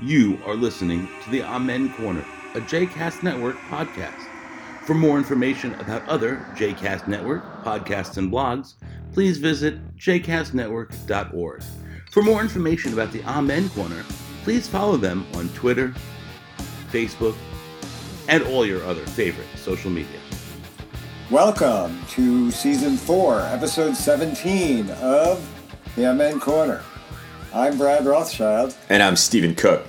You are listening to the Amen Corner, a JCast Network podcast. For more information about other JCast Network podcasts and blogs, please visit jcastnetwork.org. For more information about the Amen Corner, please follow them on Twitter, Facebook, and all your other favorite social media. Welcome to season four, episode 17 of The Amen Corner. I'm Brad Rothschild. And I'm Stephen Cook.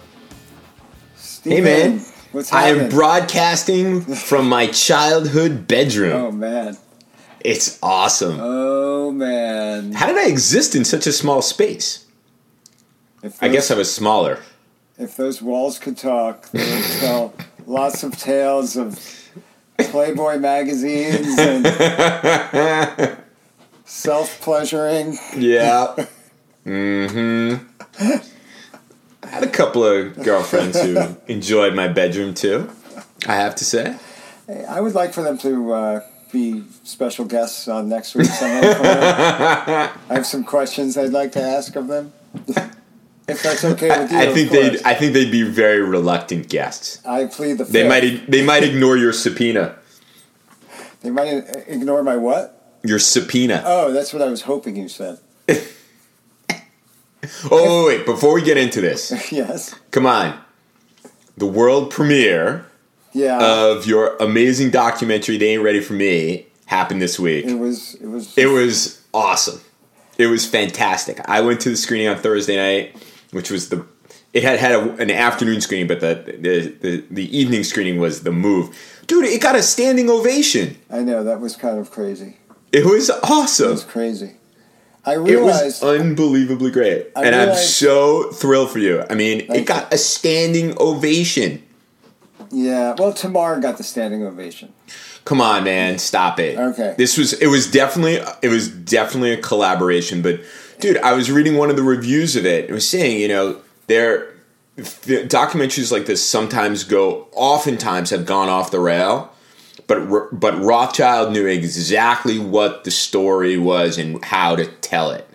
Stephen, hey, man. What's I happening? am broadcasting from my childhood bedroom. Oh, man. It's awesome. Oh, man. How did I exist in such a small space? If I those- guess I was smaller. If those walls could talk, they would tell lots of tales of Playboy magazines and self pleasuring. Yeah. mm hmm. I Mm-hmm. had a couple of girlfriends who enjoyed my bedroom too, I have to say. I would like for them to uh, be special guests on next week's Sunday Corner. I have some questions I'd like to ask of them. if that's okay with you, I of think course. they'd I think they'd be very reluctant guests. I plead the fifth. They might e- they might ignore your subpoena. They might uh, ignore my what? Your subpoena. Oh, that's what I was hoping you said. Oh, wait, wait, before we get into this. yes. Come on. The world premiere Yeah. of your amazing documentary, They Ain't Ready For Me, happened this it week. was. It was. It was awesome. It was fantastic. I went to the screening on Thursday night, which was the. It had had a, an afternoon screening, but the, the, the, the evening screening was the move. Dude, it got a standing ovation. I know that was kind of crazy. It was It awesome. was crazy. I It was realized. unbelievably great. I and I'm realized- so thrilled for you. I mean, Thank it got a standing ovation. yeah. Well, Tamar got the standing ovation. Come on, man, stop it. Okay. This was it was definitely it was definitely a collaboration, but dude, I was reading one of the reviews of it. It was saying, you know, their the documentaries like this sometimes go oftentimes have gone off the rail, but R- but Rothschild knew exactly what the story was and how to tell it.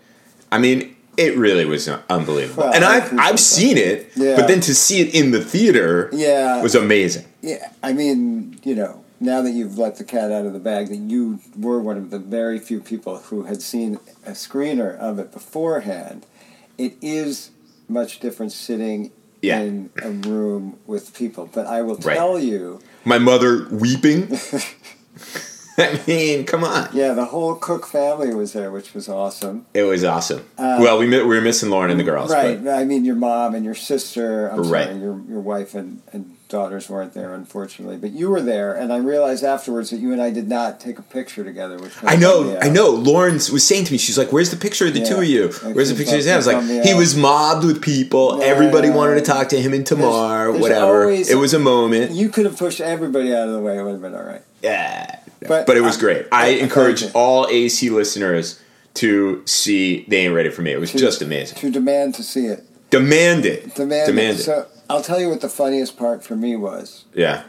I mean, it really was unbelievable. Well, and I I've appreciate I've seen it, Yeah. but then to see it in the theater Yeah. was amazing. Yeah. I mean, you know, now that you've let the cat out of the bag, that you were one of the very few people who had seen a screener of it beforehand. It is much different sitting Yeah. in a room with people. But I will Right. tell you. my mother weeping. I mean, come on. Yeah, the whole Cook family was there, which was awesome. It was awesome. well, we, mi- we were missing Lauren and the girls. Uh, right. But I mean, your mom and your sister. I'm Right. sorry, your, your wife and, and daughters weren't there, unfortunately. But you were there, and I realized afterwards that you and I did not take a picture together. Which I know, I Yeah. know. Lauren was saying to me, she's like, "Where's the picture of the Yeah. two of you? It Where's was the picture?" of up- him?" I was it's like, on the "He aisle. was mobbed with people. Yeah. Everybody wanted to talk to him and Tamar. there's whatever. always- It was a moment. You could have pushed everybody out of the way. It would have been all right. Yeah, But- but, it was great. I, encourage all AC listeners to see. They ain't ready for me. It was just amazing. To demand to see it. Demand it. Demand, Demand it. it. So I'll tell you what the funniest part for me was. yeah,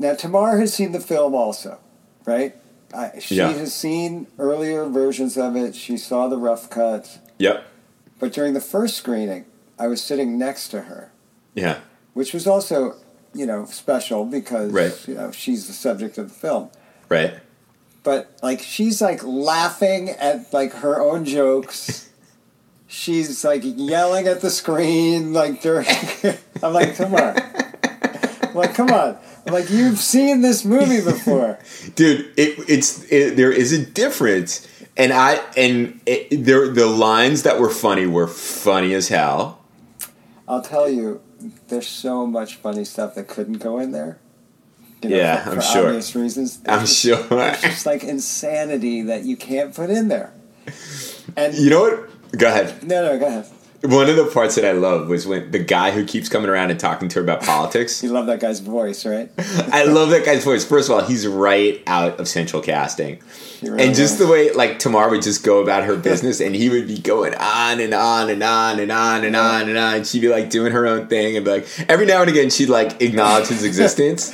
Now, Tamar has seen the film also, right? I, she Yeah. has seen earlier versions of it. She saw the rough cuts. yep, But during the first screening, I was sitting next to her, yeah, which was also, you know, special because, Right. you know, she's the subject of the film. right. But, like, she's, like, laughing at, like, her own jokes. she's, like, yelling at the screen, like, during. I'm like, Tamar. I'm like, come on. I'm like, you've seen this movie before. dude it, it's it, there is a difference and i and it, there the lines that were funny were funny as hell I'll tell you, there's so much funny stuff that couldn't go in there. You Yeah, for, I'm for sure. obvious reasons. There's i'm just- sure It's just like insanity that you can't put in there. And you know what go ahead no, no, go ahead. one of the parts that i love was when the guy who keeps coming around and talking to her about politics You love that guy's voice, right? i love that guy's voice first of all he's right out of central casting You really and just love the way like tamar would just go about her business and he would be going on and on and on and on and on and on and she'd be like doing her own thing and be like every now and again she'd like acknowledge his existence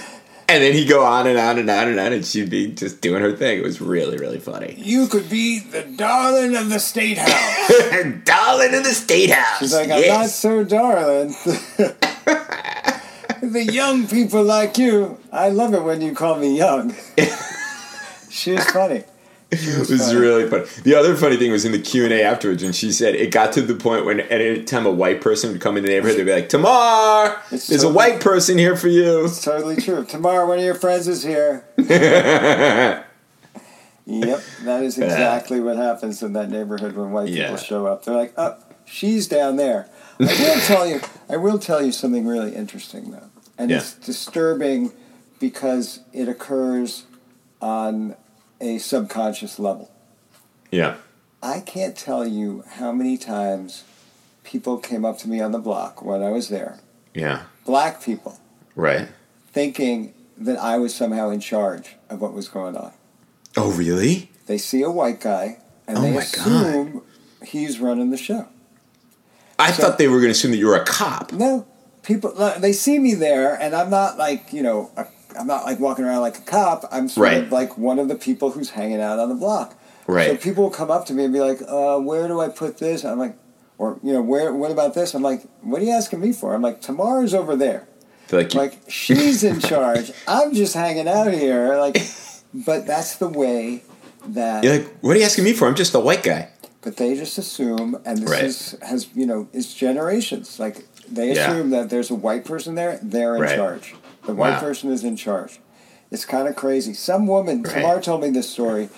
and then he'd go on and on and on and on and she'd be just doing her thing it was really really funny it. you could be the darling of the state house. darling in the state house He's like, I'm not yes. so darling. the young people like you. I love it when you call me young. she was funny. It was really funny. The other funny thing was in the Q and A afterwards when she said it got to the point when at any time a white person would come in the neighborhood, they'd be like, "Tamar, It's there's so- a white person here for you." It's totally true. Tomorrow, one of your friends is here. yep, that is exactly what happens in that neighborhood when white Yeah. people show up. They're like, "Oh, she's down there." I will tell you. I will tell you something really interesting though, and Yeah. it's disturbing because it occurs on a subconscious level. Yeah, I can't tell you how many times people came up to me on the block when I was there, yeah, black people, right. thinking that I was somehow in charge of what was going on. Oh, really? They see a white guy and Oh they my assume he's running the show. I So- thought they were going to assume that you were a cop. No, people like, they see me there, and I'm not like you know, a, I'm not like walking around like a cop. I'm sort Right. of like one of the people who's hanging out on the block. So Right. people will come up to me and be like, uh, "Where do I put this?" I'm like, or you know, where? What about this? I'm like, "What are you asking me for?" I'm like, "Tamara's over there. They're like, Like she's in charge. I'm just hanging out here." Like, but that's the way that. you're like, what are you asking me for? I'm just a white guy. But they just assume, and this Right. is has you know is generations. Like they Yeah. assume that there's a white person there, they're in Right. charge. The white Wow. person is in charge. It's kind of crazy. Some woman, Right. Tamar told me this story,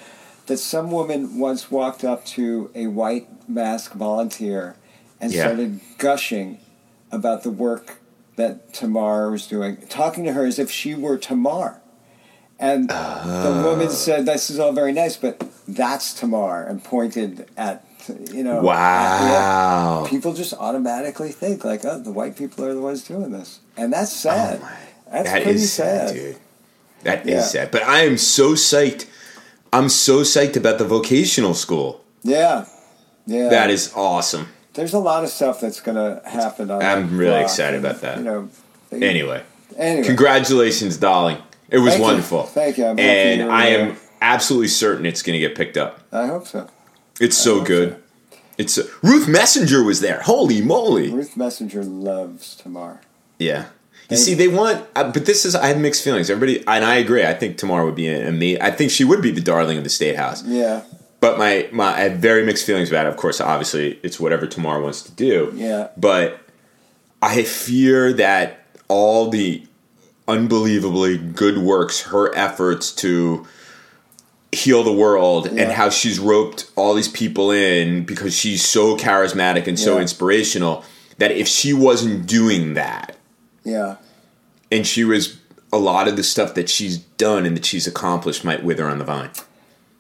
that some woman once walked up to a white mask volunteer and Yeah. started gushing about the work that Tamar was doing, talking to her as if she were Tamar. And Oh. the woman said, "This is all very nice, but that's Tamar," and pointed at you know. at the- Wow. people just automatically think like, "Oh, the white people are the ones doing this," and that's sad. that's Oh That pretty is sad, sad. dude. That is Yeah. sad. But I am so psyched. I'm so psyched about the vocational school. Yeah, yeah. That is awesome. There's a lot of stuff that's gonna happen. On I'm that really block, excited and, about that. You know. they- Anyway, Anyway. congratulations, darling. It was Thank you. wonderful. Thank you. I'm happy you and were I am there. absolutely certain it's going to get picked up. I hope so. It's so hope good. It's so- Ruth Messenger was there. Holy moly! Ruth Messenger loves Tamar. Yeah. You see, they want, uh, but this is, I have mixed feelings. Everybody, and I agree. I think Tamar would be a me. I think she would be the darling of the state house. Yeah, But my, my, I have very mixed feelings about it. Of course, obviously, it's whatever Tamar wants to do. Yeah. But I fear that all the unbelievably good works, her efforts to heal the world, Yeah. and how she's roped all these people in because she's so charismatic and so Yeah. inspirational, that if she wasn't doing that, yeah, and she was a lot of the stuff that she's done and that she's accomplished might wither on the vine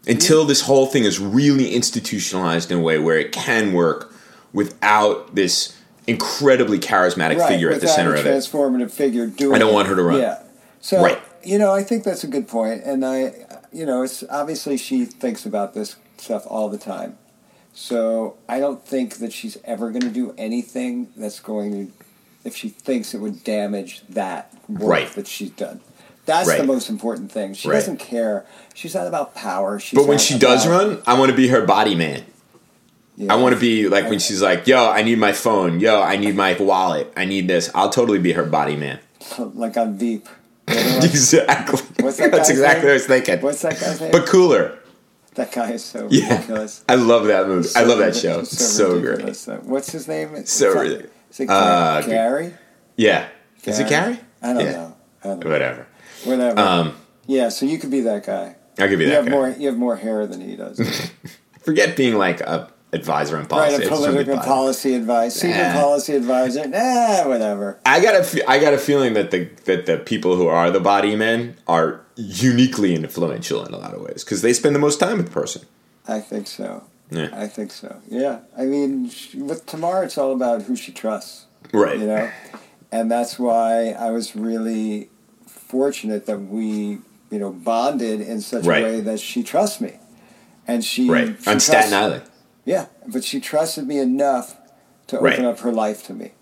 until this whole thing is really institutionalized in a way where it can work without this incredibly charismatic right. figure at the without center a of it transformative figure doing. I don't it. want her to run. Yeah. So Right. you know, I think that's a good point, and I, you know, it's obviously she thinks about this stuff all the time. So I don't think that she's ever going to do anything that's going to, if she thinks it would damage that work Right. that she's done. That's the Right. most important thing. She Right. doesn't care. She's not about power. She's but when not she does about- run i want to be her body man Yeah. i want to be like when she's like yo i need my phone yo i need my wallet i need this i'll totally be her body man like on Veep. What's exactly What's that guy's that's exactly name? what i was thinking that guy's name? but cooler that guy is so yeah ridiculous. i love that movie i love that ridic- show it's so great ridiculous, though. What's his name? It's So not- ridic- Is it Ga- Uh, Gary? Yeah. Is it Gary? I don't Yeah. know. I don't know. Whatever. Whatever. Um, yeah, so you could be that guy. I'll give you You that. have guy. more. You have more hair than he does. Forget being like a advisor on right, policy. a It's just gonna be political fine. policy advice, senior Nah. policy advisor. Nah, whatever. I got a fe- I got a feeling that the that the people who are the body men are uniquely influential in a lot of ways because they spend the most time with the person. I think so. Yeah. I think so. Yeah. I mean, sh- with Tamar, it's all about who she trusts. Right. you know and that's why i was really fortunate that we you know bonded in such a Right. way that she trusts me and she Right. she On trusts- Staten Island. yeah but she trusted me enough to open Right. up her life to me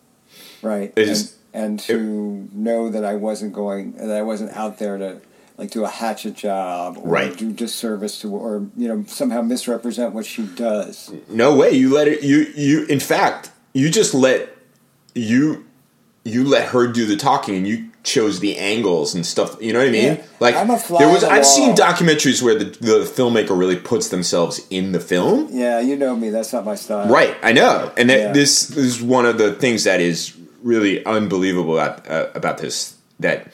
right It and, is- and to know that i wasn't going that i wasn't out there to like do a hatchet job or Right. do disservice to or you know somehow misrepresent what she does No way. You let it. You you. In fact, you just let you you let her do the talking and you chose the angles and stuff. You know what I mean? Yeah. Like I'm a fly there was on the I've wall. seen documentaries where the, the filmmaker really puts themselves in the film. Yeah, you know me. That's not my style. Right, I know, and that Yeah. this is one of the things that is really unbelievable about, uh, about this that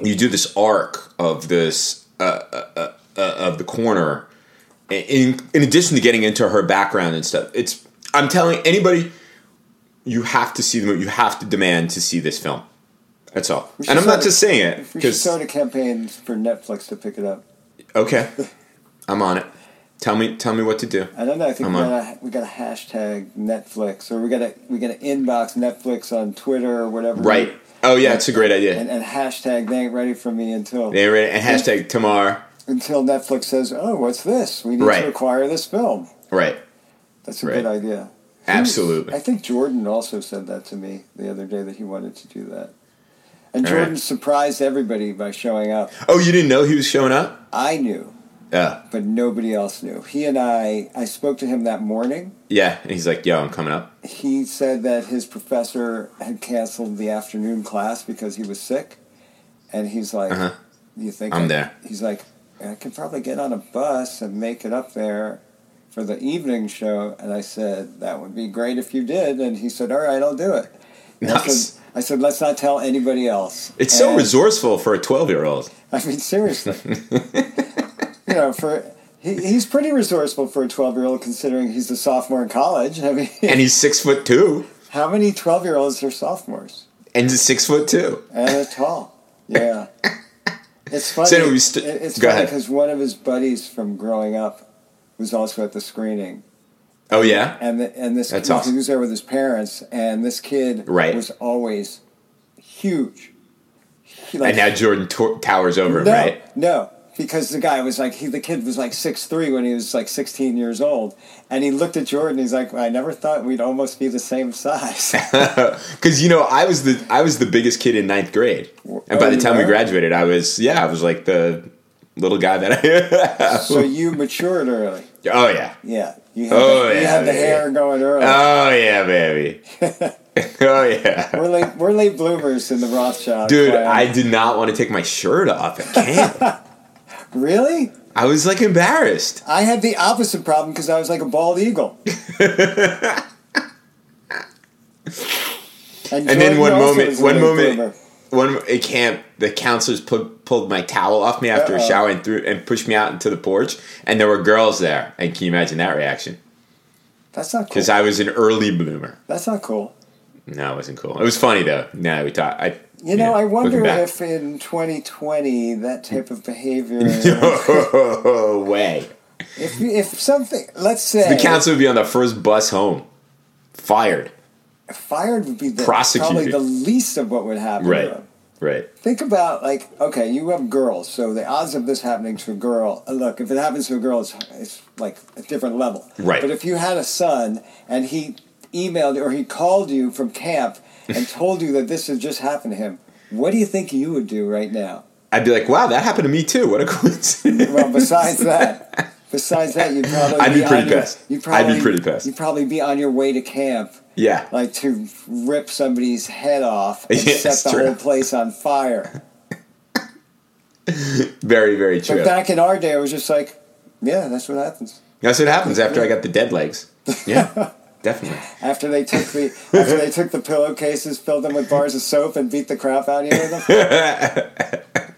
you do this arc of this uh, uh, uh, uh, of the corner in in addition to getting into her background and stuff. It's I'm telling anybody you have to see the movie. You have to demand to see this film. That's all, should and I'm not start- just saying it We should because start a campaign for Netflix to pick it up. okay, I'm on it. Tell me, tell me what to do. I don't know. I think I'm we on. gotta, we gotta hashtag Netflix, or we gotta we gotta inbox Netflix on Twitter or whatever. Right? Oh yeah, it's a great idea. And, and hashtag they ain't ready for me until They ready and hashtag Tamar. until Netflix says, "Oh, what's this? We need Right. to acquire this film." Right. That's a Right. good idea. Absolutely. I think Jordan also said that to me the other day that he wanted to do that. And All right. Jordan surprised everybody by showing up. Oh, you didn't know he was showing up? I knew, Yeah. but nobody else knew. He and I, I spoke to him that morning. Yeah. And he's like, yo, I'm coming up. He said that his professor had canceled the afternoon class because he was sick. And he's like, Uh-huh. Do you think I'm I-" there. He's like, I can probably get on a bus and make it up there for the evening show. And I said, That would be great if you did. And he said, All right, I'll do it. And I Nice. said- I said, Let's not tell anybody else. It's so And- resourceful for a 12 year old. I mean, seriously. you know, for. He, he's pretty resourceful for a 12 year old considering he's a sophomore in college. I mean, And he's six foot two. how many 12 year olds are sophomores? And he's six foot two. And they're tall. Yeah. It's funny. So anyway, we st- it- it's go funny ahead. because one of his buddies from growing up was also at the screening, Oh, yeah? and the, and this That's kid, awesome. he was there with his parents, and this kid Right. was always huge. He, like, And now Jordan to- towers over him, no, right? No, because the guy was like, he, the kid was like six three when he was like 16 years old. And he looked at Jordan, he's like, I never thought we'd almost be the same size. Because you know, I was the I was the biggest kid in ninth grade, and by Oh, the you time we were? graduated, I was yeah, I was like the little guy that I. so you matured early. oh yeah, Yeah. You had, Oh, the, you yeah, had the yeah, hair going early. oh yeah, baby. oh yeah, we're, late, we're late bloomers in the Rothschild. dude, clan. I did not want to take my shirt off at camp. Really? I was like embarrassed. I had the opposite problem because I was like a bald eagle. And then Jordan one also moment- was a one late moment- bloomer. one at camp, the counselors pulled pulled my towel off me after a Uh-oh. shower and threw and pushed me out into the porch. And there were girls there. And can you imagine that reaction? That's not cool. Because I was an early bloomer. That's not cool. No, it wasn't cool. It was funny though. Now we talk. I, You know, yeah, I wonder looking back. if in 2020 that type of behavior, no way. if if something, let's say The counselor would be on the first bus home, fired. fired would be the, Prosecuted. probably the least of what would happen. to Right. them. Right. Think about like okay, you have girls, so the odds of this happening to a girl. uh, Look, if it happens to a girl, it's, it's like a different level. Right. But if you had a son and he emailed or he called you from camp and told you that this had just happened to him, what do you think you would do right now? I'd be like, wow, that happened to me too. What a coincidence. Well, besides that, besides that, you'd probably I'd be pretty on your- pissed. you'd I'd be probably, pretty pissed. You'd probably be on your way to camp, yeah. like to rip somebody's head off and Yeah, set it's the true. whole place on fire. Very, very But true. back in our day, it was just like, yeah, that's what happens. That's what happens after I got the dead legs. Yeah. definitely. After they took the after they took the pillowcases, filled them with bars of soap, and beat the crap out of you with them.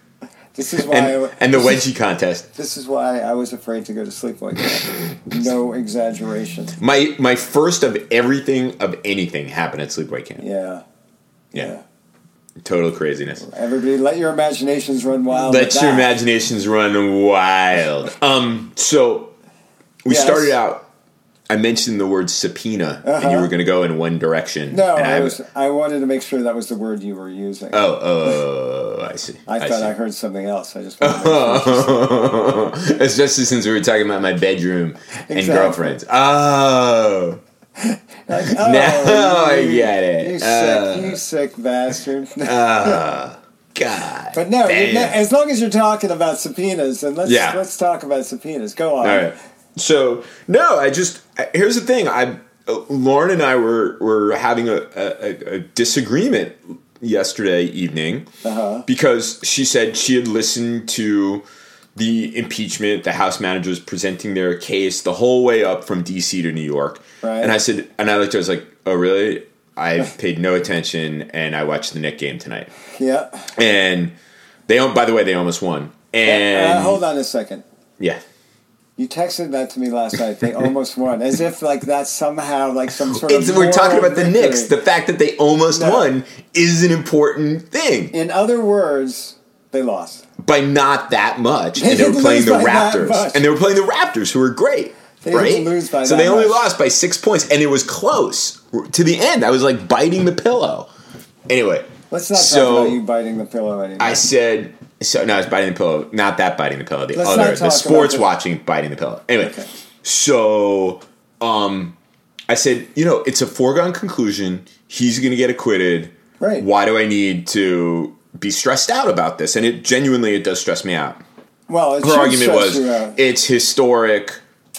This is why And, I, and the wedgie contest. this is why I was afraid to go to sleep like that. No exaggeration. My my first of everything of anything happened at sleepaway camp. Yeah. Yeah. Total craziness. Everybody, let your imaginations run wild. Let with your that. imaginations run wild. Um, so we Yes. started out. I mentioned the word subpoena, and you Uh-huh. were going to go in one direction. No, and I was. I wanted to make sure that was the word you were using. Oh, oh, I see. I thought see. I, heard something else. I just. wanted to make sure. Especially since we were talking about my bedroom and Exactly. girlfriends. Oh, Like, oh, now I you- get it. You Oh, sick, you sick bastard. God. but no, you, damn. no, as long as you're talking about subpoenas, and let's Yeah. let's talk about subpoenas. Go on. All right. So no, I just I- here's the thing. I uh, Lauren and I were were having a, a, a disagreement yesterday evening Uh-huh. because she said she had listened to the impeachment, the House managers presenting their case the whole way up from D.C. to New York, Right. and I said, and I looked, at her, I was like, oh really? I paid no attention, and I watched the Nick game tonight, Yeah. Uh, and they al- by the way they almost won, and uh, hold on a second. yeah. You texted that to me last night. They almost won, as if like that's somehow like some sort It's, of. we're talking moral about the victory. Knicks. The fact that they almost No. won is an important thing In other words, they lost. by not that much. They And they were didn't playing lose the by that Raptors, much. and they were playing the Raptors, who were great. They didn't right? lose by so that they only much. lost by six points, and it was close to the end. I was like biting the pillow. Anyway, Let's not So- talk about you biting the pillow anymore. I said so. No, it's biting the pillow. Not that biting the pillow. The Let's not other, talk the about sports this. watching biting the pillow. Anyway, Okay. so um, I said, you know, it's a foregone conclusion. He's going to get acquitted. Right. Why do I need to be stressed out about this? And it genuinely, it does stress me out. well, it Her should argument stress was, you out. it's historic.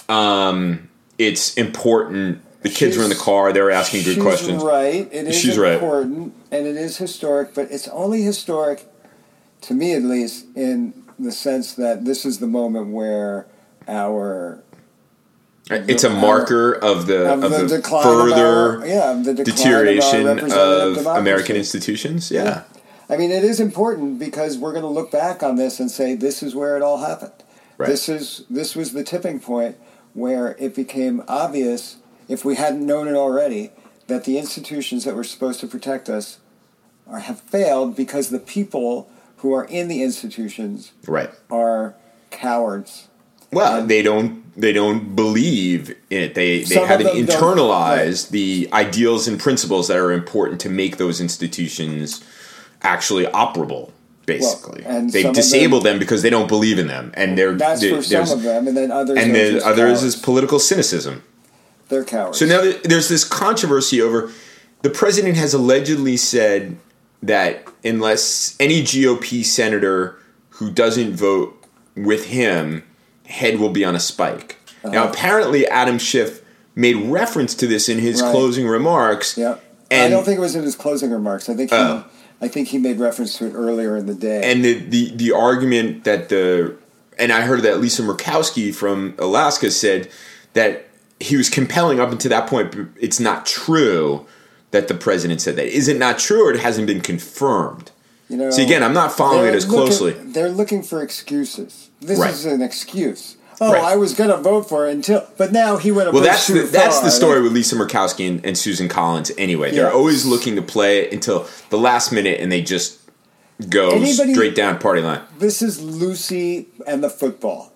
Um, it's important. The kids were in the She's- car. They were asking good She's questions. Right. It is She's right. important and it is historic, but it's only historic to me at least in the sense that this is the moment where our It's a marker of the of, of the, the, decline further of our, yeah, of the decline of our deterioration of, representative democracy. American institutions. Yeah. I mean, it is important because we're going to look back on this and say this is where it all happened. Right. This is this was the tipping point where it became obvious, if we hadn't known it already, that the institutions that were supposed to protect us are, have failed because the people who are in the institutions right. are cowards. Well, they don't they don't believe in it. They they Some of haven't them don't. internalized the ideals and principles that are important to make those institutions actually operable. Basically, and some they've of disabled them, because they don't believe in them, and they're That's they- for some there's- of them, and then others. And are then just others cowards. is political cynicism. they're cowards. So now th- there's this controversy over the president has allegedly said that unless any GOP senator who doesn't vote with him, head will be on a spike. Uh-huh. Now, apparently, Adam Schiff made reference to this in his Right. closing remarks. Yeah. I And- don't think it was in his closing remarks. I think he, Oh. I think he made reference to it earlier in the day. and the, the the argument that the and I heard that Lisa Murkowski from Alaska said that he was compelling up until that point. but It's not true that the president said that. Is it not true, or it hasn't been confirmed? you know, See, again, I'm not following it as looking- closely. They're looking for excuses. This Right. is an excuse. Oh, Right. I was going to vote for it until, but now he went. a Well, bridge that's too the, that's far. the story with Lisa Murkowski and, and Susan Collins. Anyway, they're Yeah. always looking to play it until the last minute, and they just go Anybody- straight down party line. This is Lucy and the football.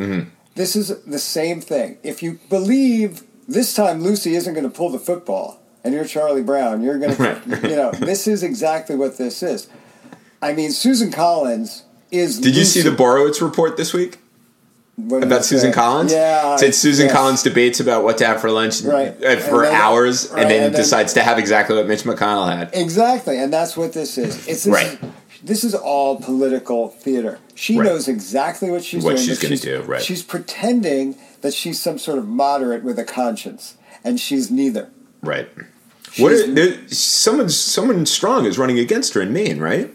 Mm-hmm. This is the same thing. If you believe this time Lucy isn't going to pull the football, and you're Charlie Brown, you're going to, you know, this is exactly what this is. I mean, Susan Collins is. Did you see the Borowitz report this week? about Susan Collins. Yeah, said Susan yes. Collins debates about what to have for lunch Right. uh, And for then- hours, right, and then and then- decides to have exactly what Mitch McConnell had. Exactly, and that's what this is. It's this, Right. This is all political theater. She Right. knows exactly what she's What doing. she's but gonna do, right. She's pretending that she's some sort of moderate with a conscience, and she's neither. Right. What She's- are, there, someone someone strong is running against her in Maine, right?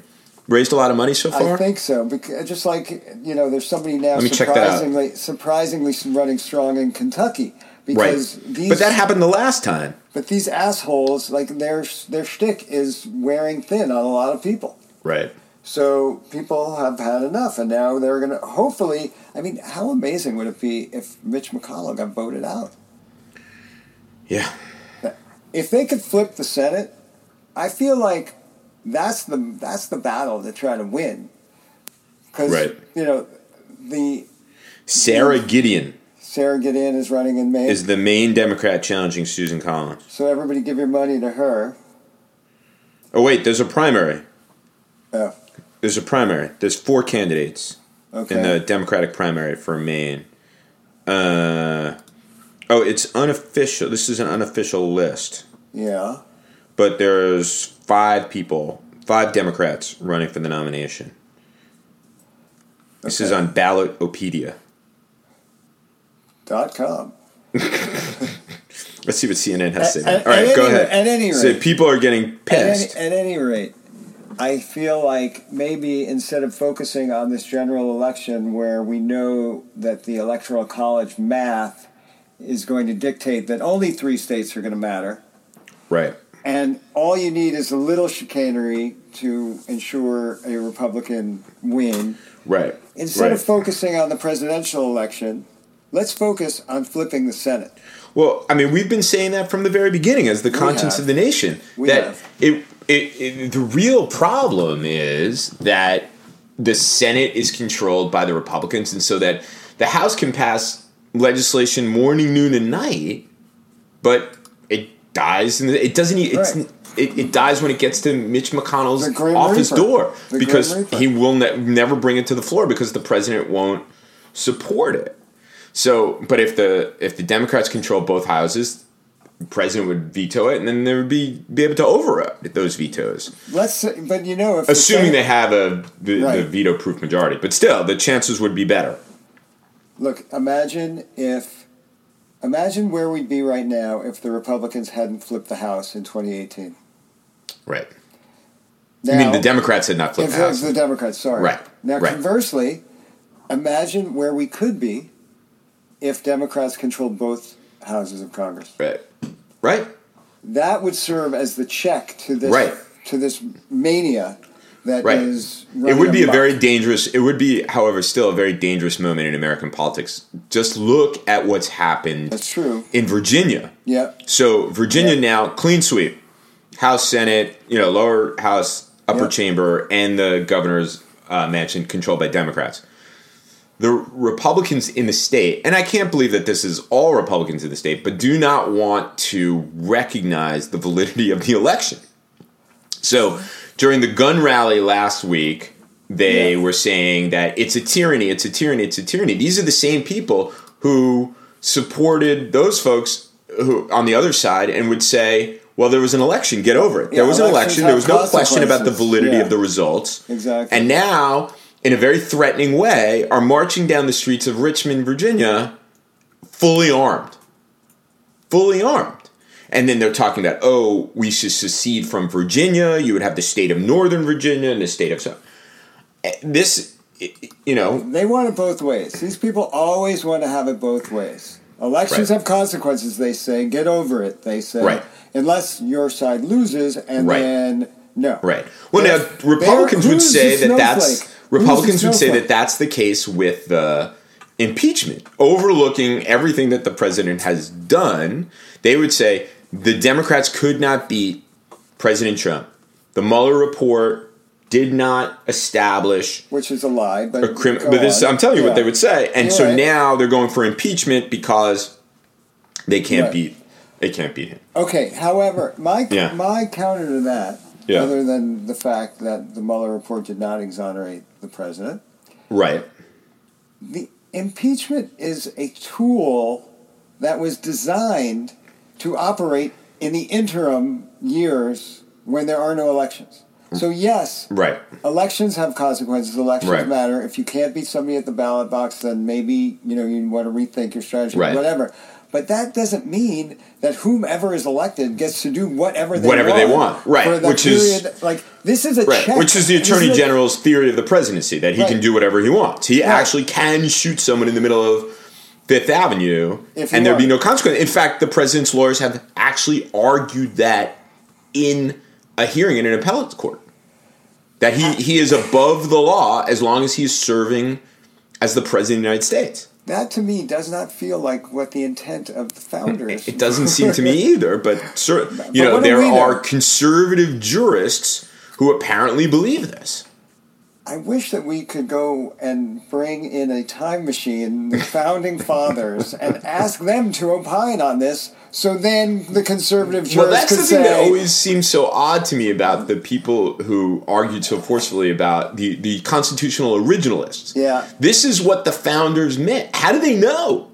Raised a lot of money so far. I think so. Because just like you know, there's somebody now Let me check that out. surprisingly surprisingly running strong in Kentucky because these but that happened the last time. but these assholes like their their shtick is wearing thin on a lot of people. Right. So people have had enough, and now they're going to hopefully. I mean, how amazing would it be if Mitch McConnell got voted out? Yeah. If they could flip the Senate, I feel like that's the that's the battle to try to win. Because Right. you know the Sarah Gideon Sarah Gideon is running in Maine, is the Maine Democrat challenging Susan Collins. so everybody give your money to her. Oh wait, there's a primary. Oh, There's a primary. There's four candidates. okay. in the Democratic primary for Maine. Uh, oh, it's unofficial. This is an unofficial list, yeah. but there's five people, five Democrats running for the nomination. This is Okay. on Ballotopedia. Dot com. Let's see what CNN has to say. At- All right, at go any- ahead. at any So rate. people are getting At pissed. any, at any rate, I feel like maybe instead of focusing on this general election where we know that the electoral college math is going to dictate that only three states are going to matter, right. and all you need is a little chicanery to ensure a Republican win. Right. Instead of Right. focusing on the presidential election, let's focus on flipping the Senate. Well, I mean, we've been saying that from the very beginning as the conscience have. of the nation. We that have. It, it, it the real problem is that the Senate is controlled by the Republicans, and so that the House can pass legislation morning, noon, and night, but it dies and it doesn't. e- It's Right. it, it dies when it gets to Mitch McConnell's The Grim office Reaper. door The Grim because Reaper. he will ne- never bring it to the floor because the president won't support it. So, but if the if the Democrats control both houses, the president would veto it, and then they would be be able to override those vetoes, Let's, but you know, if the assuming Senate- they have a the, the Right. veto proof majority. But still, the chances would be better. Look, imagine if, imagine where we'd be right now if the Republicans hadn't flipped the House in 2018. Right. Now, I mean, the Democrats had not if flipped the it was house. the Democrats, sorry. Right, Now, right. conversely, imagine where we could be if Democrats controlled both houses of Congress. Right. Right. That would serve as the check to this Right. to this mania that is. Right. It running would be a amok. very dangerous. It would be, however, still a very dangerous moment in American politics. Just look at what's happened That's true. in Virginia. Yeah. So Virginia Yeah. now clean sweep, House, Senate, you know, lower house, upper Yeah. chamber, and the governor's uh, mansion controlled by Democrats. The Republicans in the state, and I can't believe that this is all Republicans in the state, but do not want to recognize the validity of the election. So during the gun rally last week, they Yeah. were saying that it's a tyranny, it's a tyranny, it's a tyranny. These are the same people who supported those folks who on the other side and would say, well, there was an election, get over it. there Yeah, was an elections election, there was have no question about the consequences. validity Yeah. of the results. Exactly. And now, in a very threatening way, are marching down the streets of Richmond, Virginia, fully armed. Fully armed. And then they're talking about, oh, we should secede from Virginia. You would have the state of Northern Virginia and the state of South. Eh, This, eh, eh, you know, They want it both ways. These people always want to have it both ways. Elections Right. have consequences, they say. Get over it, they say. Right. Unless your side loses, and Right. then no. right. Well, They're- now Republicans they're- would who's say the that that's snowflake? Who's the Republicans would say snowflake? that that's the case with the impeachment, overlooking everything that the president has done. They would say the Democrats could not beat President Trump. The Mueller report did not establish Which is a lie, but a crim- go but this on. I'm telling you Yeah. what they would say. And You're so right. now they're going for impeachment because they can't Right. beat they can't beat him. Okay. However, my Yeah. my counter to that, Yeah. other than the fact that the Mueller report did not exonerate the president, Right. the impeachment is a tool that was designed to operate in the interim years when there are no elections. So yes, Right. elections have consequences. Elections Right. matter. If you can't beat somebody at the ballot box, then maybe you know you want to rethink your strategy, Right. whatever. But that doesn't mean that whomever is elected gets to do whatever they Whatever want they want. Right, for the which is- period- like this is a Right. check. Which is the This attorney a- general's theory of the presidency that he Right. can do whatever he wants. He Right. actually can shoot someone in the middle of Fifth Avenue If he and there'd be no wanted. consequence. In fact, the president's lawyers have actually argued that in a hearing in an appellate court. That he, he is above the law as long as he is serving as the president of the United States. That to me does not feel like what the intent of the founders. It doesn't seem to me either, but cer- you But know what do there we know? are conservative jurists who apparently believe this. I wish that we could go and bring in a time machine, the founding fathers, and ask them to opine on this. So then the conservative jurists Well, that's could the say, thing that always seems so odd to me about the people who argued so forcefully about the, the constitutional originalists. Yeah. This is what the founders meant. How do they know?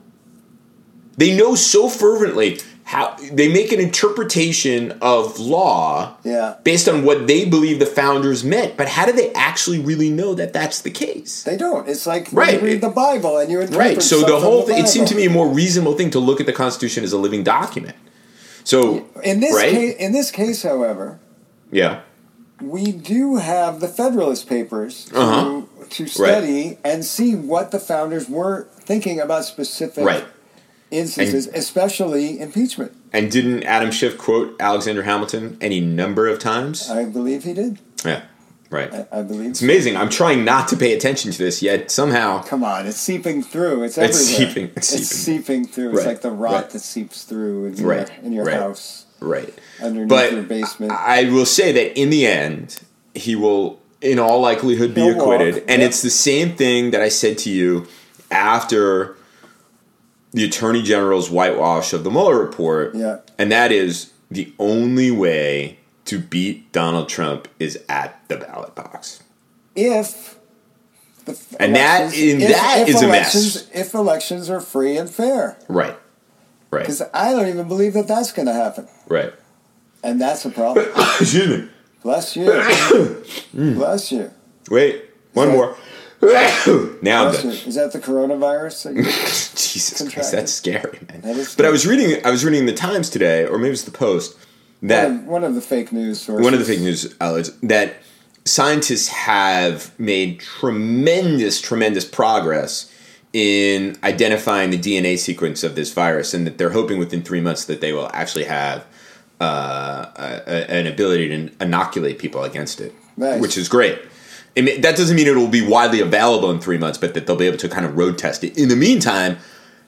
They know so fervently how they make an interpretation of law "Yeah, based on what they believe the founders meant, but how do they actually really know that that's the case? they don't." It's like when Right. you read the Bible and you interpret Right. So stuff the from whole the thing, it seemed to Bible. me a more reasonable thing to look at the Constitution as a living document So In this right? case, in this case, however, yeah, we do have the Federalist Papers to, Uh-huh. to study and see what the founders were thinking about specific right. instances, especially impeachment. And didn't Adam Schiff quote Alexander Hamilton any number of times? I believe he did. yeah, right. I, I believe. It's amazing. I'm trying not to pay attention to this yet. Somehow, Come on, it's seeping through. It's everywhere. It's seeping- it's seeping. seeping through. It's Right, like the rot right. that seeps through in your, Right, in your right. house right. underneath But your basement. I will say that in the end, he will, in all likelihood, be He'll walk, acquitted. And yeah. it's the same thing that I said to you after the Attorney General's whitewash of the Mueller report. Yeah. And that is the only way to beat Donald Trump is at the ballot box. if the f- And that- elections- and that is a mess. elections, If elections are free and fair, Right. Right. because I don't even believe that that's going to happen, Right. and that's a problem. Excuse me. Bless you. Bless you. Wait. One that- more. now I'm Bless done. you. Is that the coronavirus? that you- Jesus Christ, Contracted. that's scary, man. That is But I scary. was reading, I was reading the Times today, or maybe it's the Post, that one, of, one of the fake news sources. one of the fake news outlets that scientists have made tremendous, tremendous progress in identifying the DNA sequence of this virus, and that they're hoping within three months that they will actually have uh, a, a- an ability to inoculate people against it, Nice. which is great. I mean, that doesn't mean it will be widely available in three months, but that they'll be able to kind of road test it. In the meantime,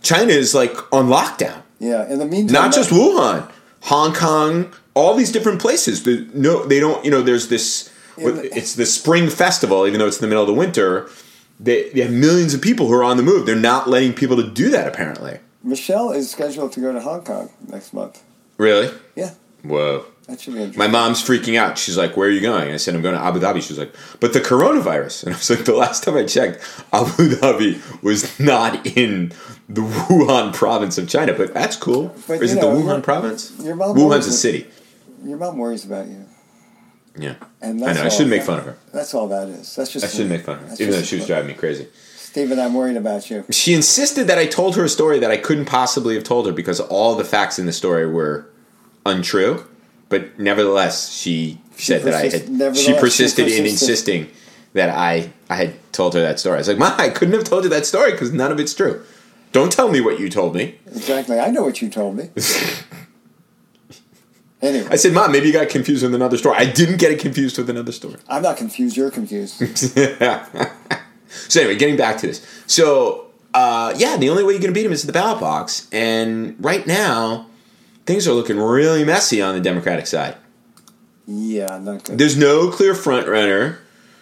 China is like on lockdown Yeah. In the meantime, uh, not just Wuhan, Hong Kong, all these different places. The, no, they don't. You know, there's this. the- It's the Spring Festival, even though it's in the middle of the winter. They, they have millions of people who are on the move. They're not letting people to do that, apparently. Michelle is scheduled to go to Hong Kong next month. Really? Yeah. Whoa. That should be interesting. My mom's freaking out. She's like, "Where are you going?" I said, "I'm going to Abu Dhabi." She was like, "But the coronavirus." And I was like, "The last time I checked, Abu Dhabi was not in the Wuhan province of China." But that's cool. But, or is you it know, the your- Wuhan province? your mom Wuhan's always- a city. Your mom worries about you. Yeah. And I that's know. I all. should make fun of her. That's all that is. That's just. I should make fun of her, that's even though just- she was driving me crazy. Steven, I'm worried about you. She insisted that I told her a story that I couldn't possibly have told her because all the facts in the story were untrue. But nevertheless, she, said that I persist- had. nevertheless, She she persisted in persisted. insisting that I I had told her that story. I was like, "Ma, I couldn't have told you that story because none of it's true. Don't tell me what you told me." Exactly. I know what you told me. I anyway, said, "Mom, maybe you got confused with another story." I didn't get it confused with another story. I'm not confused. You're confused. So anyway, getting back to this. So uh, yeah, the only way you're going to beat him is at the ballot box, and right now things are looking really messy on the Democratic side. yeah, I'm not good. There's no clear front runner.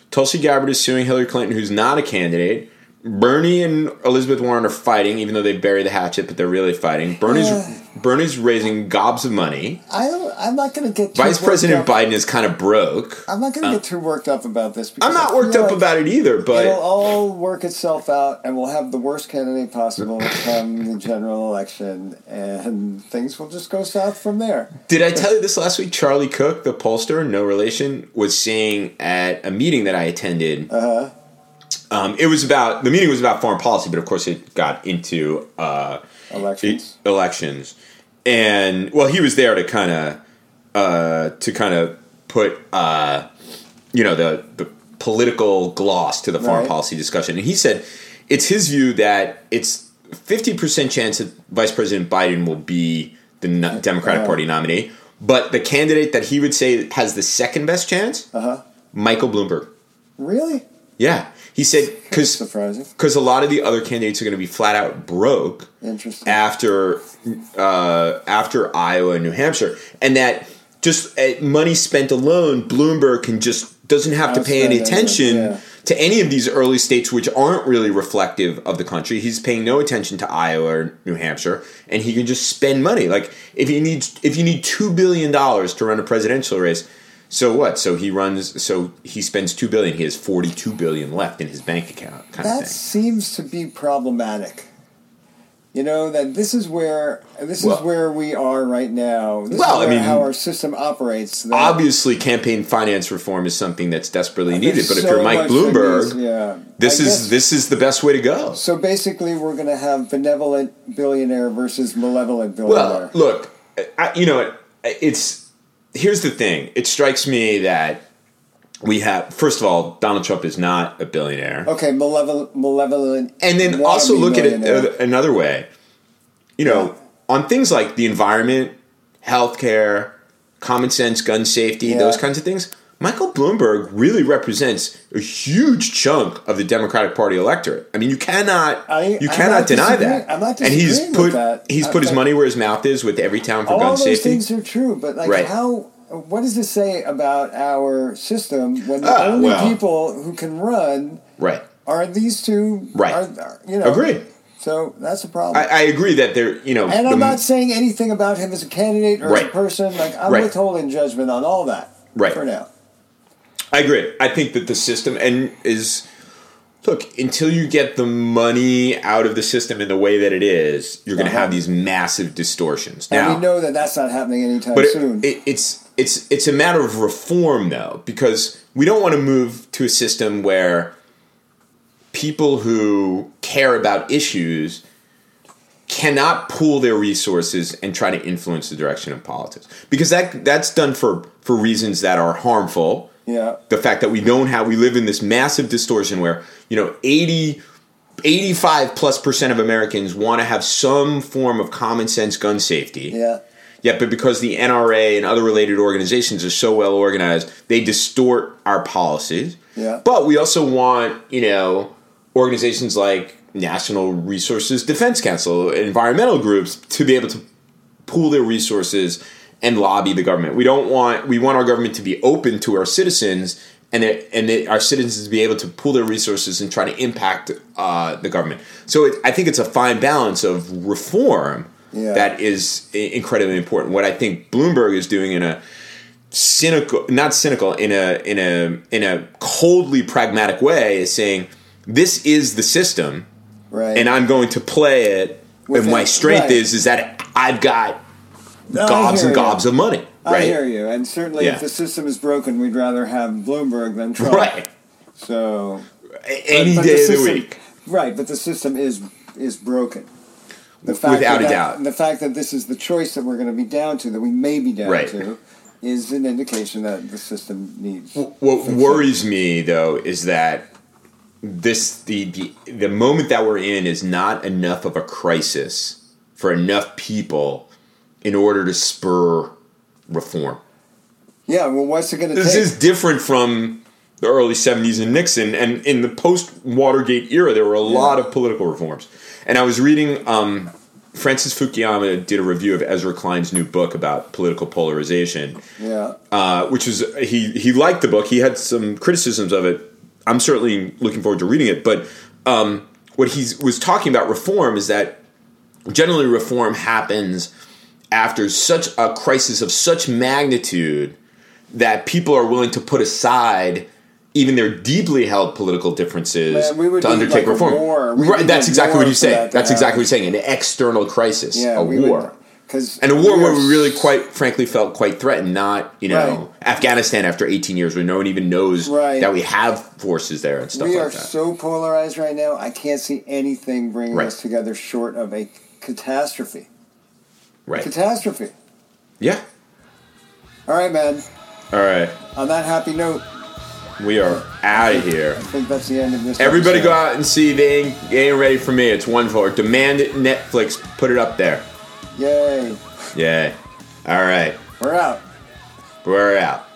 Tulsi Gabbard is suing Hillary Clinton, who's not a candidate. Bernie and Elizabeth Warren are fighting, even though they bury the hatchet, but they're really fighting. Bernie's Yeah. Bernie's raising gobs of money. I don't, I'm not going to get too Vice worked President up. Biden is kind of broke. I'm not going to get too worked up about this. Because I'm not I worked feel up like about it either, It'll but all work itself out, and we'll have the worst candidate possible come the general election, and things will just go south from there. Did I tell you this last week? Charlie Cook, the pollster, no relation, was saying at a meeting that I attended. Uh-huh. Um, it was about the meeting was about foreign policy, but of course it got into uh, Elections. e- elections. And well, he was there to kind of uh, to kind of put uh, you know the the political gloss to the foreign Right. policy discussion. And he said it's his view that it's fifty percent chance that Vice President Biden will be the no- Democratic Uh-huh. Party nominee, but the candidate that he would say has the second best chance, Uh-huh. Michael Bloomberg. Really? Yeah, he said because Surprising. because a lot of the other candidates are going to be flat out broke Interesting. after uh, after Iowa and New Hampshire, and that just uh, money spent alone, Bloomberg can just doesn't have to pay any Outspend anyone, attention yeah. to any of these early states which aren't really reflective of the country. He's paying no attention to Iowa or New Hampshire, and he can just spend money. Like if you need if you need two billion dollars to run a presidential race. So what? So he runs. So he spends two billion. He has forty-two billion left in his bank account. Kind That of thing. seems to be problematic. You know that this is where this Well- is where we are right now. This Well, I is where, mean, how our system operates. that obviously campaign finance reform is something that's desperately there's needed. But if so you're Mike much Bloomberg, that needs- yeah. this I is guess- this is the best way to go. So basically, we're going to have benevolent billionaire versus malevolent billionaire. Well, look, I, you know, it's here's the thing. It strikes me that we have first of all, Donald Trump is not a billionaire, Okay, malevolent, malevolent, and then wannabe also look at it millionaire. uh, another way. You know, Yeah. on things like the environment, healthcare, common sense, gun safety, Yeah. those kinds of things. Michael Bloomberg really represents a huge chunk of the Democratic Party electorate. I mean, you cannot I- you I'm cannot not deny disagreeing- that. I'm not and he's disagreeing put with that. he's I- put his but- money where his mouth is with every town for all gun those safety. things are true, but like Right. how? What does this say about our system when the Ah, only well. people who can run right. are these two? Right. Are, are- you know. Agreed. So that's a problem. I, I agree that they're you know and the I'm m- not saying anything about him as a candidate or as Right. a person. Like I'm Right. withholding judgment on all that. Right. For now. I agree. I think that the system and is look until you get the money out of the system in the way that it is, you're going to Uh-huh. have these massive distortions. Now, And we know that that's not happening anytime but it- soon. it- it's it's it's a matter of reform though, because we don't want to move to a system where people who care about issues cannot pool their resources and try to influence the direction of politics because that that's done for for reasons that are harmful yeah. the fact that we don't have we live in this massive distortion where you know 80 85 plus percent of americans want to have some form of common sense gun safety Yeah. yet but because the nra and other related organizations are so well organized they distort our policies Yeah. but we also want you know organizations like national resources defense council environmental groups to be able to pool their resources and lobby the government. We don't want we want our government to be open to our citizens and that- and that our citizens to be able to pool their resources and try to impact uh, the government. So it, I think it's a fine balance of reform Yeah. that is i- incredibly important. What I think Bloomberg is doing in a cynical not cynical in a in a in a coldly pragmatic way is saying this is the system Right. and I'm going to play it. With and my it, strength right. is is that I've got No, I gobs hear and you. gobs of money, I right? hear you, and certainly Yeah. if the system is broken, we'd rather have Bloomberg than Trump. Right. So A- Any but day of the system- week. Right, but the system is is broken. The without that a that- doubt. the fact that this is the choice that we're going to be down to, that we may be down Right. to, is an indication that the system needs. What worries me though is that this the, the the moment that we're in is not enough of a crisis for enough people in order to spur reform. Yeah, well, what's it going to This take? is different from the early 70s and Nixon. And in the post Watergate era, there were a lot of political reforms. And I was reading, um, Francis Fukuyama did a review of Ezra Klein's new book about political polarization, yeah, uh, which is, he, he liked the book. He had some criticisms of it. I'm certainly looking forward to reading it. But um, what he was talking about reform is that generally reform happens after such a crisis of such magnitude that people are willing to put aside even their deeply held political differences Man, we would to need, undertake like, a reform. war. We Right, need that's a exactly war what he's for saying. that to That's happen. exactly what he's saying. An external crisis, yeah, a we war. Because and a war where we really quite frankly felt quite threatened, not, you know, Right. Afghanistan after 18 years where no one even knows Right. that we have forces there and stuff we like are that. so polarized right now. I can't see anything bringing Right. us together short of a catastrophe. right. Catastrophe. Yeah. All right, man. All right. On that happy note, We are out of here. I think that's the end of this. Everybody episode. go out and see. They ain't, they ain't ready for me. It's one for demand it. Netflix put it up there. Yay! Yeah. All right. We're out. We're out.